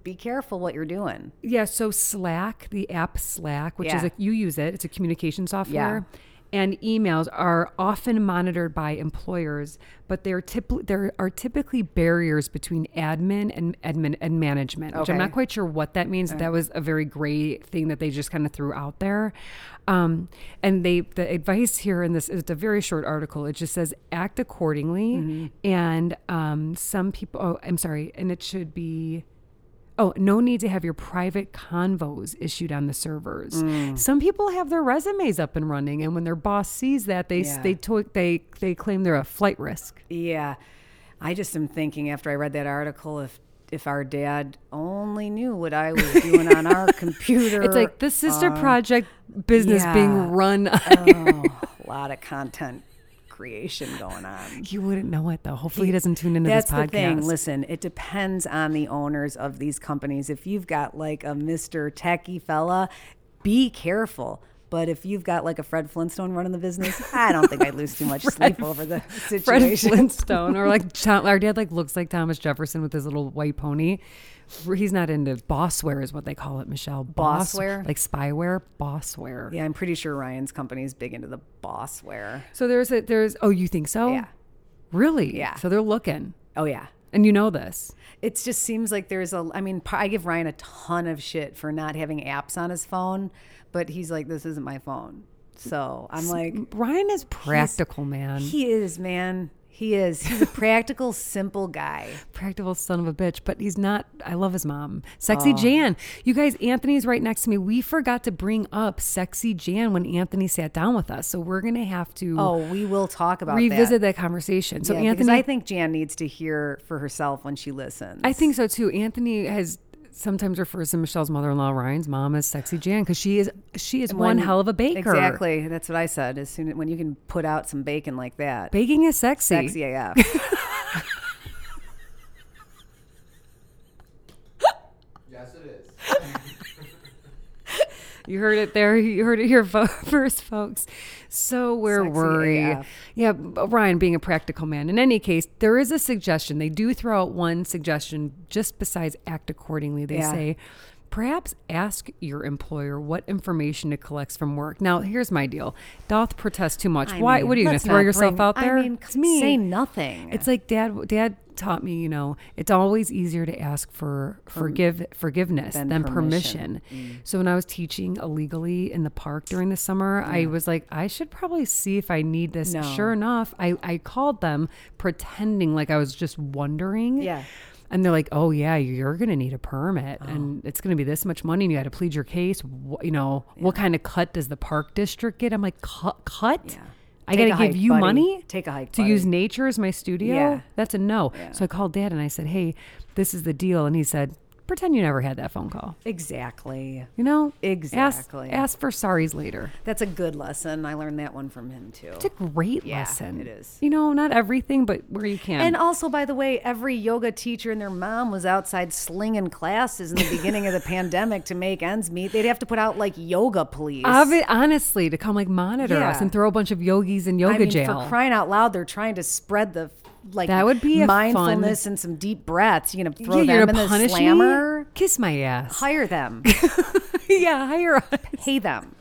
Speaker 1: be careful what you're doing.
Speaker 2: Yeah, so Slack, the app Slack, which is
Speaker 1: Yeah.
Speaker 2: a, you use it, it's a communication software. And emails are often monitored by employers, but there typ- there are typically barriers between admin and admin and management, which I'm
Speaker 1: Okay.
Speaker 2: not quite sure what that means. That was a very gray thing that they just kind of threw out there. Um, and they the advice here in this it's a very short article. It just says act accordingly,
Speaker 1: Mm-hmm.
Speaker 2: and um, some people. Oh, I'm sorry, and it should be. Oh, no need to have your private convos issued on the servers.
Speaker 1: Mm.
Speaker 2: Some people have their resumes up and running, and when their boss sees that, they
Speaker 1: Yeah.
Speaker 2: they to- they they claim they're a flight risk.
Speaker 1: Yeah. I just am thinking after I read that article if if our dad only knew what I was doing on
Speaker 2: [LAUGHS]
Speaker 1: our computer.
Speaker 2: It's like the sister project business
Speaker 1: yeah.
Speaker 2: being
Speaker 1: [LAUGHS]
Speaker 2: run.
Speaker 1: oh, a lot of content creation going on.
Speaker 2: [LAUGHS] you wouldn't know it though. Hopefully, he doesn't tune into
Speaker 1: That's
Speaker 2: this podcast.
Speaker 1: the thing. Listen, it depends on the owners of these companies. If you've got like a Mr. Techie fella, be careful. But if you've got like a Fred Flintstone running the business, I don't think I'd lose
Speaker 2: [LAUGHS]
Speaker 1: too much sleep over the
Speaker 2: Fred
Speaker 1: situation.
Speaker 2: Flintstone,
Speaker 1: [LAUGHS]
Speaker 2: or like Tom, our dad, like looks like Thomas Jefferson with his little white pony. He's not into bossware, is what they call it, Michelle. Boss-
Speaker 1: Bossware?
Speaker 2: like spyware, bossware.
Speaker 1: yeah, I'm pretty sure Ryan's company is big into the boss wear.
Speaker 2: So there's a there's oh you think so?
Speaker 1: Yeah.
Speaker 2: Really?
Speaker 1: Yeah.
Speaker 2: So they're looking,
Speaker 1: Oh yeah.
Speaker 2: and you know this.
Speaker 1: It just seems like there's a. I mean, I give Ryan a ton of shit for not having apps on his phone, but he's like, "This isn't my phone." So I'm like,
Speaker 2: Ryan is practical, man.
Speaker 1: He is, man. He is. He's a practical, [LAUGHS] simple guy.
Speaker 2: practical son of a bitch, but he's not. I love his mom, Sexy Jan. You guys, Anthony's right next to me. We forgot to bring up Sexy Jan when Anthony sat down with us, so we're gonna have to
Speaker 1: Oh, we will talk about
Speaker 2: revisit
Speaker 1: That.
Speaker 2: that conversation. So
Speaker 1: Yeah, because
Speaker 2: Anthony,
Speaker 1: I think Jan needs to hear for herself when she listens.
Speaker 2: I think so too. Anthony has sometimes refers to Michelle's mother-in-law Ryan's mom as Sexy Jan because she is she is
Speaker 1: When-
Speaker 2: one hell of a baker.
Speaker 1: exactly. That's what I said. As soon when you can put out some bacon like that,
Speaker 2: Baking is sexy.
Speaker 1: sexy AF.
Speaker 3: Yes, it is.
Speaker 2: You heard it there. You heard it here fo- [LAUGHS] first, folks. So we're
Speaker 1: Sexy
Speaker 2: worried.
Speaker 1: AF.
Speaker 2: Yeah, but Ryan being a practical man. In any case, there is a suggestion. They do throw out one suggestion just besides act accordingly. They
Speaker 1: Yeah.
Speaker 2: say, perhaps ask your employer what information it collects from work. Now, here's my deal. Doth protest too much.
Speaker 1: I
Speaker 2: [LAUGHS] Why?
Speaker 1: mean,
Speaker 2: what are you going
Speaker 1: let's
Speaker 2: to throw
Speaker 1: not
Speaker 2: yourself
Speaker 1: bring-
Speaker 2: out there?
Speaker 1: I mean,
Speaker 2: it's me.
Speaker 1: say nothing.
Speaker 2: It's like dad. Dad taught me, you know, it's always easier to ask for forgive forgiveness than,
Speaker 1: than
Speaker 2: permission.
Speaker 1: permission. Mm.
Speaker 2: So when I was teaching illegally in the park during the summer, I was like, I should probably see if I need this.
Speaker 1: No.
Speaker 2: Sure enough, I I called them pretending like I was just wondering.
Speaker 1: Yeah.
Speaker 2: And they're like, "Oh yeah, you're gonna need a permit, and
Speaker 1: Oh.
Speaker 2: it's gonna be this much money, and you got to plead your case. Wh- you know, what kind of cut does the park district get?" I'm like, "Cut? cut?
Speaker 1: Yeah.
Speaker 2: I
Speaker 1: Take
Speaker 2: gotta
Speaker 1: a
Speaker 2: give
Speaker 1: hike,
Speaker 2: you
Speaker 1: buddy.
Speaker 2: money?
Speaker 1: Take a hike,
Speaker 2: to
Speaker 1: buddy.
Speaker 2: use nature as my studio?
Speaker 1: Yeah.
Speaker 2: That's a no. So I called dad and I said, Hey, this is the deal. And he said, pretend you never had that phone call.
Speaker 1: Exactly.
Speaker 2: You know? Ask-
Speaker 1: Exactly.
Speaker 2: Ask, for sorries later.
Speaker 1: That's a good lesson. I learned that one from him too.
Speaker 2: It's a great
Speaker 1: Yeah,
Speaker 2: lesson.
Speaker 1: it is.
Speaker 2: You know, not everything, but where you can.
Speaker 1: And also, by the way, every yoga teacher and their mom was outside slinging classes in the beginning of
Speaker 2: [LAUGHS]
Speaker 1: the pandemic to make ends meet. They'd have to put out like yoga police.
Speaker 2: Of it, honestly, to come like monitor
Speaker 1: Yeah.
Speaker 2: us and throw a bunch of yogis in yoga
Speaker 1: I mean,
Speaker 2: jail.
Speaker 1: for crying out loud, they're trying to spread the like
Speaker 2: That would be a fun-
Speaker 1: mindfulness and some deep breaths. You know, throw
Speaker 2: yeah,
Speaker 1: them
Speaker 2: you're
Speaker 1: in
Speaker 2: gonna
Speaker 1: the
Speaker 2: punish
Speaker 1: slammer.
Speaker 2: me. Kiss my ass.
Speaker 1: Hire them,
Speaker 2: [LAUGHS] yeah, hire us.
Speaker 1: pay them.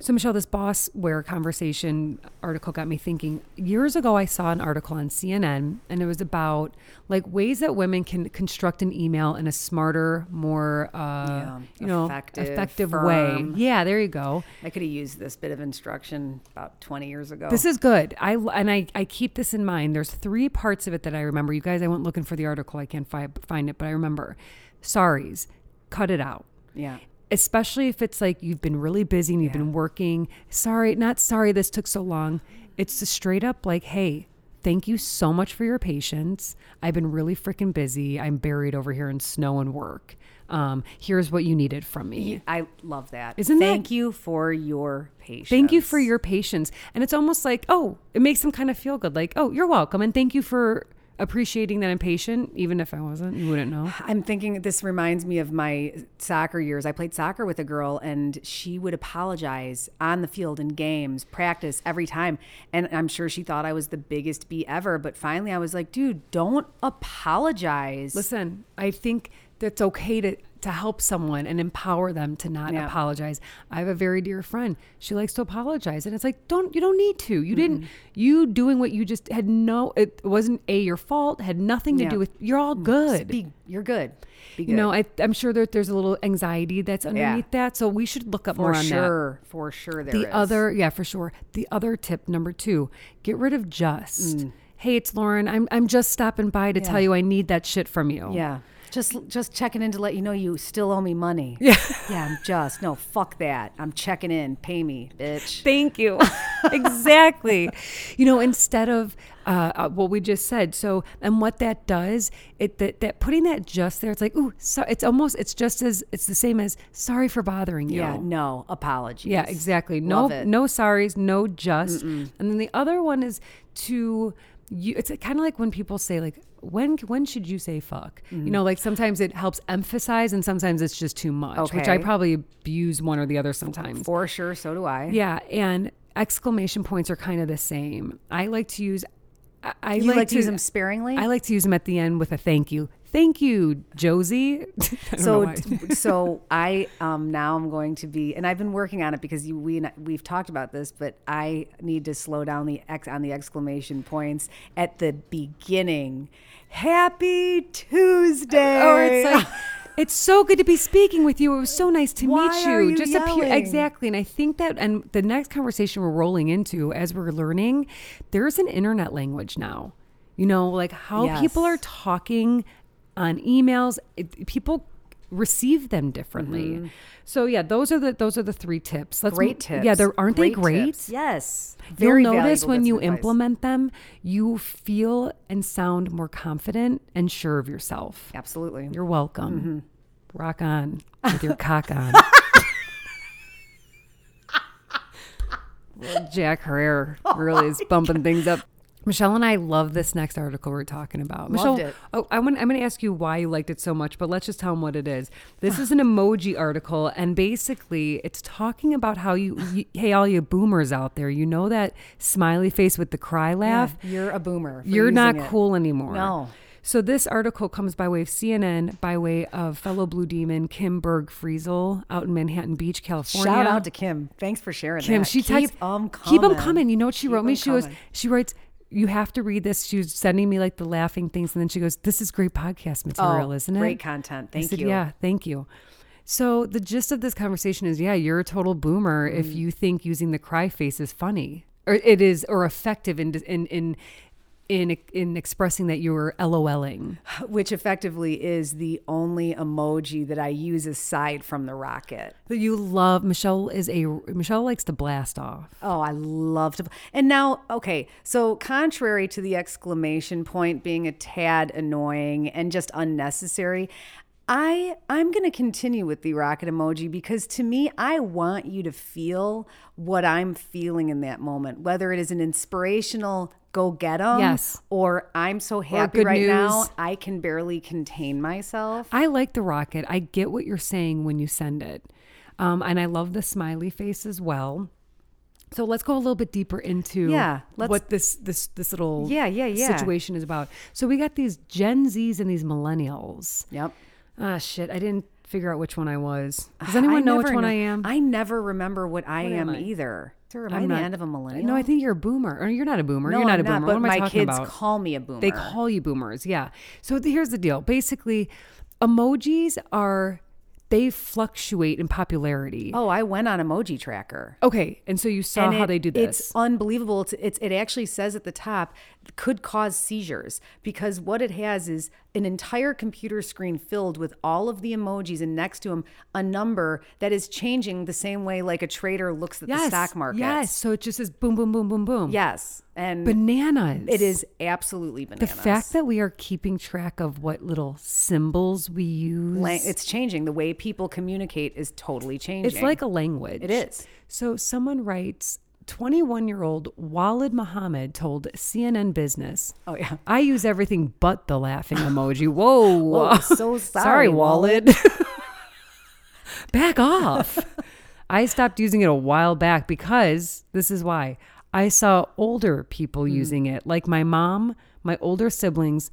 Speaker 2: So, Michelle, this bossware conversation article got me thinking. Years ago, I saw an article on CNN, and it was about like ways that women can construct an email in a smarter, more uh, you know
Speaker 1: effective,
Speaker 2: effective way.
Speaker 1: firm.
Speaker 2: Yeah, there you go.
Speaker 1: I could have used this bit of instruction about 20 years ago.
Speaker 2: This is good. I and I, I keep this in mind. There's three parts of it that I remember. You guys, I went looking for the article. I can't fi- find it, but I remember. Sorries, cut it out.
Speaker 1: yeah.
Speaker 2: Especially if it's like you've been really busy and you've been working. Sorry, not sorry. This took so long. It's just straight up like, hey, thank you so much for your patience. I've been really freaking busy. I'm buried over here in snow and work. Um, here's what you needed from me.
Speaker 1: I love that.
Speaker 2: Isn't that-
Speaker 1: Thank you for your patience.
Speaker 2: Thank you for your patience. And it's almost like, oh, it makes them kind of feel good. Like, oh, you're welcome. And thank you for appreciating that I'm patient. Even if I wasn't, you wouldn't know.
Speaker 1: I'm thinking this reminds me of my soccer years. I played soccer with a girl and she would apologize on the field in games, practice every time. And I'm sure she thought I was the biggest bee ever, but finally I was like, dude, don't apologize.
Speaker 2: Listen, I think that's okay to, to help someone and empower them to not
Speaker 1: Yeah.
Speaker 2: apologize. I have a very dear friend. She likes to apologize. And it's like, don't, you don't need to. You didn't, you doing what you just had no, it wasn't A, your fault, had nothing to
Speaker 1: Yeah.
Speaker 2: do with, you're all good.
Speaker 1: Be, you're good. Be good.
Speaker 2: You know, I, I'm sure that there's a little anxiety that's underneath that. So we should look up
Speaker 1: for
Speaker 2: more on that.
Speaker 1: sure, for sure there
Speaker 2: the
Speaker 1: is.
Speaker 2: other yeah for sure the other tip number two get rid of just
Speaker 1: Mm.
Speaker 2: hey it's lauren i'm, I'm just stopping by to tell you i need that shit from you
Speaker 1: Yeah. Just just checking in to let you know you still owe me
Speaker 2: [LAUGHS]
Speaker 1: money. Yeah. Yeah, I'm just no, fuck that. I'm checking in. Pay me, bitch.
Speaker 2: thank you exactly you know instead of uh, uh, what we just said so and what that does it that, that putting that just there it's like ooh so it's almost it's just as it's the same as sorry for bothering you
Speaker 1: Yeah, no apologies.
Speaker 2: Yeah, exactly. No,
Speaker 1: Love it.
Speaker 2: no sorries, no just. And then the other one is to you. It's kind of like when people say like, when when should you say fuck?
Speaker 1: Mm-hmm.
Speaker 2: You know, like sometimes it helps emphasize, and sometimes it's just too much. Which I
Speaker 1: Okay.
Speaker 2: probably abuse one or the other sometimes.
Speaker 1: For sure, so do I.
Speaker 2: Yeah, and exclamation points are kind of the same. I like to use. I, I
Speaker 1: You like, to use them [LAUGHS] sparingly?
Speaker 2: I like to use them at the end with a thank you. Thank you, Josie. [LAUGHS] I don't know
Speaker 1: so
Speaker 2: why.
Speaker 1: so I um now I'm going to be and I've been working on it because you we and I- we've talked about this but I need to slow down the ex on the exclamation points at the beginning. Happy Tuesday.
Speaker 2: or Oh, it's
Speaker 1: [LAUGHS]
Speaker 2: like it's so good to be speaking with you it was so nice to
Speaker 1: Why
Speaker 2: meet you
Speaker 1: are you
Speaker 2: just a pure
Speaker 1: yelling?
Speaker 2: exactly and i think that and the next conversation we're rolling into as we're learning there's an internet language now you know like how people
Speaker 1: Yes.
Speaker 2: are talking on emails it, people receive them differently so yeah those are the those are the three tips Let's
Speaker 1: Mm-hmm. great
Speaker 2: mo-
Speaker 1: tips.
Speaker 2: yeah there aren't they great
Speaker 1: tips. Yes.
Speaker 2: You'll notice
Speaker 1: valuable
Speaker 2: when
Speaker 1: bits
Speaker 2: you
Speaker 1: of advice.
Speaker 2: implement them, you feel and sound more confident and sure of yourself.
Speaker 1: Absolutely.
Speaker 2: You're welcome. Rock on with your cock on. Well, Jack Herrera really is bumping things up. Michelle and I love this next article we're talking about. Michelle,
Speaker 1: it.
Speaker 2: oh, I want, I'm going to ask you why you liked it so much, but let's just tell them what it is. This is an emoji article, and basically, it's talking about how you, you hey, all you boomers out there, you know that smiley face with the cry laugh?
Speaker 1: You're a boomer. for
Speaker 2: You're not
Speaker 1: using it.
Speaker 2: cool anymore.
Speaker 1: No.
Speaker 2: So this article comes by way of CNN, by way of fellow Blue Demon Kim Berg Friesel out in Manhattan Beach, California.
Speaker 1: Shout out to Kim. Thanks for sharing
Speaker 2: Kim.
Speaker 1: that.
Speaker 2: She
Speaker 1: keep
Speaker 2: types,
Speaker 1: 'em
Speaker 2: Keep 'em
Speaker 1: coming.
Speaker 2: coming. You know what she wrote me?
Speaker 1: 'em
Speaker 2: She goes.
Speaker 1: coming.
Speaker 2: She writes. You have to read this. She was sending me like the laughing things, and then she goes, "This is great podcast material, isn't it?
Speaker 1: Oh, Great content.
Speaker 2: I
Speaker 1: Thank
Speaker 2: said,
Speaker 1: you.
Speaker 2: Yeah, thank you. So the gist of this conversation is, yeah, you're a total boomer if
Speaker 1: Mm.
Speaker 2: you think using the cry face is funny, or it is, or effective in in in in, in expressing that you're LOLing.
Speaker 1: Which effectively is the only emoji that I use aside from the rocket.
Speaker 2: That you love. Michelle is a Michelle likes to blast off.
Speaker 1: Oh, I love to. And now, okay, so contrary to the exclamation point being a tad annoying and just unnecessary, I I'm going to continue with the rocket emoji because to me I want you to feel what I'm feeling in that moment whether it is an inspirational go get 'em
Speaker 2: Yes.
Speaker 1: or I'm so happy
Speaker 2: good
Speaker 1: right now
Speaker 2: news.
Speaker 1: I can barely contain myself.
Speaker 2: I like the rocket. I get what you're saying when you send it. Um, and I love the smiley face as well. So let's go a little bit deeper into
Speaker 1: Yeah, let's-
Speaker 2: what this this this little
Speaker 1: Yeah, yeah, yeah.
Speaker 2: situation is about. So we got these Gen Zs and these millennials.
Speaker 1: Yep.
Speaker 2: Ah shit, I didn't figure out which one I was. Does anyone know which
Speaker 1: never
Speaker 2: one I am?
Speaker 1: I never remember what I am,
Speaker 2: am I?
Speaker 1: either. Am I the end of a millennial?
Speaker 2: No, I think you're a boomer. Or you're not a boomer.
Speaker 1: No,
Speaker 2: you're not
Speaker 1: I'm
Speaker 2: a boomer.
Speaker 1: But
Speaker 2: what am I
Speaker 1: my
Speaker 2: talking
Speaker 1: kids
Speaker 2: about?
Speaker 1: call me a boomer.
Speaker 2: They call you boomers. Yeah. So the, here's the deal. Basically, emojis are they fluctuate in popularity.
Speaker 1: Oh, I went on emoji tracker.
Speaker 2: Okay, and so you saw
Speaker 1: And
Speaker 2: how
Speaker 1: it-
Speaker 2: they do
Speaker 1: It's
Speaker 2: this.
Speaker 1: unbelievable. It's, it's it actually says at the top could cause seizures because what it has is an entire computer screen filled with all of the emojis and next to them a number that is changing the same way like a trader looks at the stock market.
Speaker 2: Yes. So it just says boom, boom, boom, boom, boom.
Speaker 1: Yes. And
Speaker 2: Bananas.
Speaker 1: it is absolutely
Speaker 2: The
Speaker 1: bananas.
Speaker 2: fact that we are keeping track of what little symbols we use.
Speaker 1: Lang- it's changing. The way people communicate is totally changing.
Speaker 2: it's like a language.
Speaker 1: It is.
Speaker 2: So someone writes 21 year old Walid Mohammed told CNN Business.
Speaker 1: Oh, yeah.
Speaker 2: I use everything but the laughing emoji. Whoa.
Speaker 1: [LAUGHS] Whoa, so sorry,
Speaker 2: oh, Walid.
Speaker 1: [LAUGHS]
Speaker 2: back off. [LAUGHS] I stopped using it a while back because this is why I saw older people using it, like my mom, my older siblings,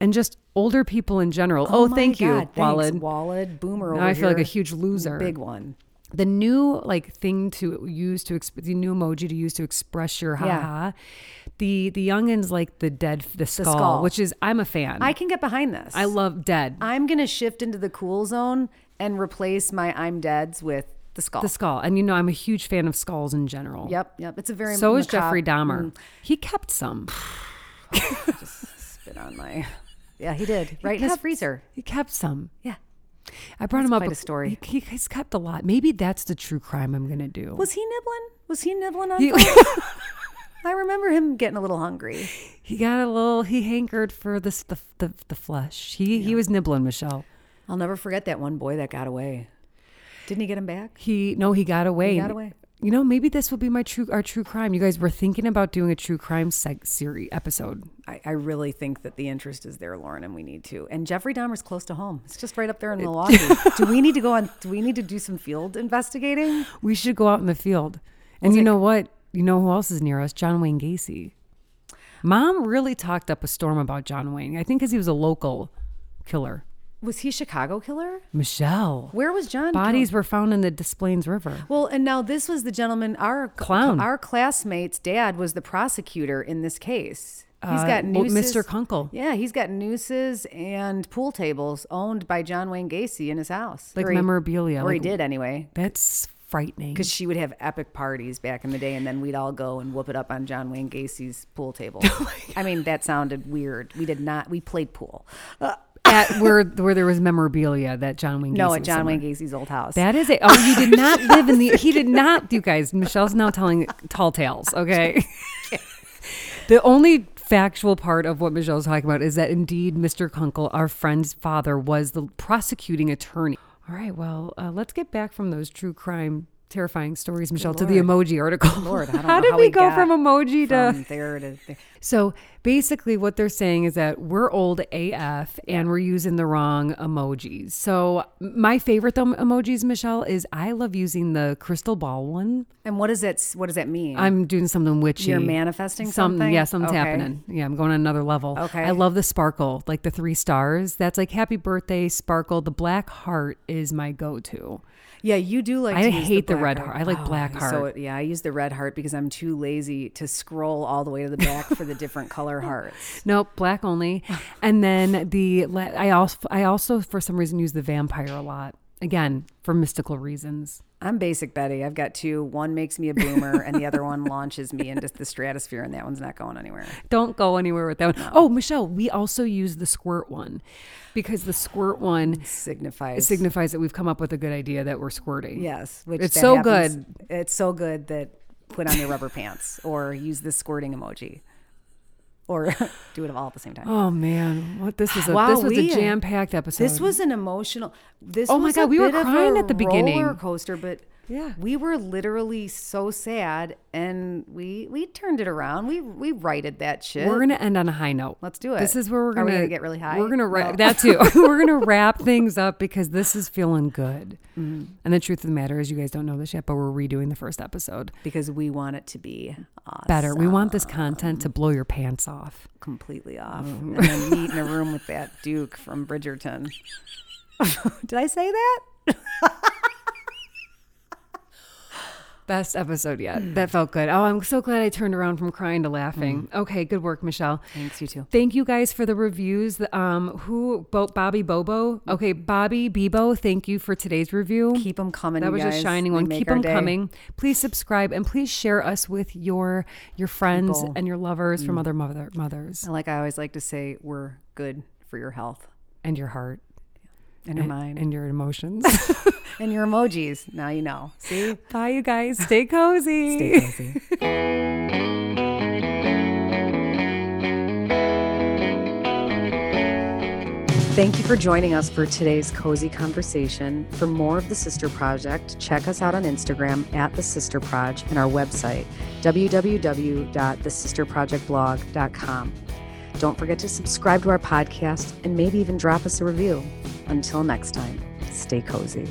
Speaker 2: and just older people in general. Oh,
Speaker 1: my
Speaker 2: thank you,
Speaker 1: God, thanks,
Speaker 2: Walid.
Speaker 1: Walid, boomer over
Speaker 2: Now I feel like a
Speaker 1: here.
Speaker 2: huge loser.
Speaker 1: Big one.
Speaker 2: the new like thing to use to exp- the new emoji to use to express your haha.
Speaker 1: Yeah.
Speaker 2: The the youngins like the dead the skull,
Speaker 1: skull.
Speaker 2: which is I'm a fan.
Speaker 1: I can get behind this.
Speaker 2: I love dead
Speaker 1: I'm gonna shift into the cool zone and replace my I'm deads with the skull.
Speaker 2: the skull, and you know I'm a huge fan of skulls in general.
Speaker 1: Yep, yep. It's a very
Speaker 2: So is
Speaker 1: macabre-
Speaker 2: Jeffrey Dahmer. He kept some.
Speaker 1: Spit on my. [LAUGHS] Yeah, he did. Right in his
Speaker 2: kept-
Speaker 1: freezer.
Speaker 2: He kept some.
Speaker 1: Yeah.
Speaker 2: I brought him up
Speaker 1: quite
Speaker 2: bec-
Speaker 1: a story.
Speaker 2: He, he- he's kept a lot. Maybe that's the true crime I'm gonna do.
Speaker 1: Was he nibbling? Was he nibbling on?
Speaker 2: He- [LAUGHS]
Speaker 1: food? I remember him getting a little hungry.
Speaker 2: He got a little. He hankered for this the the, the flesh. He he was nibbling Michelle.
Speaker 1: I'll never forget that one boy that got away. Didn't he get him back?
Speaker 2: He no. He got away.
Speaker 1: He got away.
Speaker 2: You know, maybe this will be my true our true crime. You guys were thinking about doing a true crime seg- series episode.
Speaker 1: I, I really think that the interest is there, Lauren, and we need to. And Jeffrey Dahmer's close to home. It's just right up there in
Speaker 2: [LAUGHS]
Speaker 1: Milwaukee. do we need to go on? Do we need to do some field investigating?
Speaker 2: We should go out in the field. And you know what? You know who else is near us? John Wayne Gacy. Mom really talked up a storm about John Wayne. I think because he was a local killer.
Speaker 1: Was he a Chicago killer?
Speaker 2: Michelle.
Speaker 1: Where was John?
Speaker 2: Bodies were found in the Des Plaines River.
Speaker 1: Well, and now this was the gentleman. Our
Speaker 2: Clown.
Speaker 1: Our classmate's dad was the prosecutor in this case. He's
Speaker 2: Uh,
Speaker 1: got
Speaker 2: well, Mr.
Speaker 1: nooses.
Speaker 2: Kunkel.
Speaker 1: Yeah, he's got nooses and pool tables owned by John Wayne Gacy in his house.
Speaker 2: Like
Speaker 1: Or he-
Speaker 2: memorabilia,
Speaker 1: Or he
Speaker 2: like-
Speaker 1: did anyway.
Speaker 2: That's frightening.
Speaker 1: Because she would have epic parties back in the day, and then we'd all go and whoop it up on John Wayne Gacy's pool
Speaker 2: [LAUGHS]
Speaker 1: table.
Speaker 2: Oh
Speaker 1: I mean, that sounded weird. We did not. We played pool. Uh,
Speaker 2: At where where there was memorabilia that John Wayne Gacy.
Speaker 1: no,
Speaker 2: was
Speaker 1: at John
Speaker 2: somewhere.
Speaker 1: Wayne Gacy's old house.
Speaker 2: That is it. Oh, he did not live in the. He did not. You guys, Michelle's now telling tall tales.
Speaker 1: [LAUGHS]
Speaker 2: Okay. the only factual part of what Michelle's talking about is that indeed Mr. Kunkel, our friend's father, was the prosecuting attorney. All right. Well, uh, let's get back from those true crime terrifying stories, Michelle, to the emoji article.
Speaker 1: Lord, I don't
Speaker 2: how
Speaker 1: know
Speaker 2: did
Speaker 1: how
Speaker 2: we,
Speaker 1: we
Speaker 2: go
Speaker 1: got
Speaker 2: from emoji to
Speaker 1: from there to there.
Speaker 2: so basically, what they're saying is that we're old AF and we're using the wrong emojis. So my favorite them emojis, Michelle, is I love using the crystal ball one.
Speaker 1: And what does that? s- What does that mean?
Speaker 2: I'm doing something witchy.
Speaker 1: You're manifesting
Speaker 2: Some-
Speaker 1: something?
Speaker 2: Yeah, something's
Speaker 1: Okay.
Speaker 2: happening. Yeah, I'm going on another level.
Speaker 1: Okay.
Speaker 2: I love the sparkle, like the three stars. That's like happy birthday, sparkle. The black heart is my go-to.
Speaker 1: yeah, you do like.
Speaker 2: I
Speaker 1: to use
Speaker 2: hate the
Speaker 1: black Oh,
Speaker 2: red heart. I like black
Speaker 1: So
Speaker 2: heart.
Speaker 1: it- yeah, I use the red heart because I'm too lazy to scroll all the way to the back for the
Speaker 2: [LAUGHS]
Speaker 1: different color hearts.
Speaker 2: Nope,
Speaker 1: [LAUGHS]
Speaker 2: black only. and then the la- I also I also for some reason use the vampire a lot. Again, for mystical reasons.
Speaker 1: I'm basic Betty. I've got two. One makes me a boomer, and the other one launches me into the stratosphere, and that one's not going anywhere.
Speaker 2: Don't go anywhere with that one. Oh, Michelle, we also use the squirt one because the squirt one
Speaker 1: Signifies.
Speaker 2: signifies that we've come up with a good idea that we're squirting.
Speaker 1: Yes, which
Speaker 2: It's
Speaker 1: that
Speaker 2: so
Speaker 1: happens- It's so good that put on your rubber pants or use the squirting emoji. or [LAUGHS] do it all at the same time.
Speaker 2: Oh man, what this is a this was a
Speaker 1: Wowee.
Speaker 2: jam packed episode.
Speaker 1: This was an emotional. This
Speaker 2: Oh my
Speaker 1: was
Speaker 2: God,
Speaker 1: a
Speaker 2: we were
Speaker 1: bit of a
Speaker 2: crying at the beginning.
Speaker 1: Roller coaster, but
Speaker 2: Yeah.
Speaker 1: we were literally so sad, and we we turned it around. We we righted that shit.
Speaker 2: We're gonna end on a high note.
Speaker 1: Let's do it.
Speaker 2: This is where we're
Speaker 1: Are
Speaker 2: gonna,
Speaker 1: we gonna get really high?
Speaker 2: We're gonna wrap
Speaker 1: No. [LAUGHS]
Speaker 2: that too. we're gonna wrap things up because this is feeling good.
Speaker 1: Mm.
Speaker 2: And the truth of the matter is, you guys don't know this yet, but we're redoing the first episode.
Speaker 1: because we want it to be awesome,
Speaker 2: Better. We want this content to blow your pants off.
Speaker 1: completely off,
Speaker 2: Mm-hmm.
Speaker 1: and then meet in a room with that Duke from
Speaker 2: [LAUGHS]
Speaker 1: Bridgerton. Did I say that?
Speaker 2: Best episode
Speaker 1: Hmm.
Speaker 2: yet. that felt good. Oh, I'm so glad I turned around from crying to laughing. Okay, good work, Michelle.
Speaker 1: Thanks Hmm. you too.
Speaker 2: Thank you guys for the reviews. Um, who Bo- Bobby Bobo? Okay, Bobby Bebo. Thank you for today's review.
Speaker 1: Keep them coming.
Speaker 2: That
Speaker 1: you
Speaker 2: was a
Speaker 1: guys.
Speaker 2: shining
Speaker 1: They
Speaker 2: one.
Speaker 1: make
Speaker 2: Keep
Speaker 1: our
Speaker 2: them
Speaker 1: day.
Speaker 2: coming. Please subscribe and please share us with your your friends
Speaker 1: People. Hmm. Oh.
Speaker 2: and your lovers from other mother mothers
Speaker 1: And Like I always like to say, we're good for your health
Speaker 2: and your heart
Speaker 1: and your mind
Speaker 2: and your emotions.
Speaker 1: [LAUGHS] and your emojis. Now you know. See.
Speaker 2: Bye, you guys. Stay cozy. Stay cozy.
Speaker 1: Thank you for joining us for today's cozy conversation. For more of the Sister Project, check us out on Instagram at the Sister Proj and our website www.thesisterprojectblog.com. Don't forget to subscribe to our podcast and maybe even drop us a review. Until next time, stay cozy.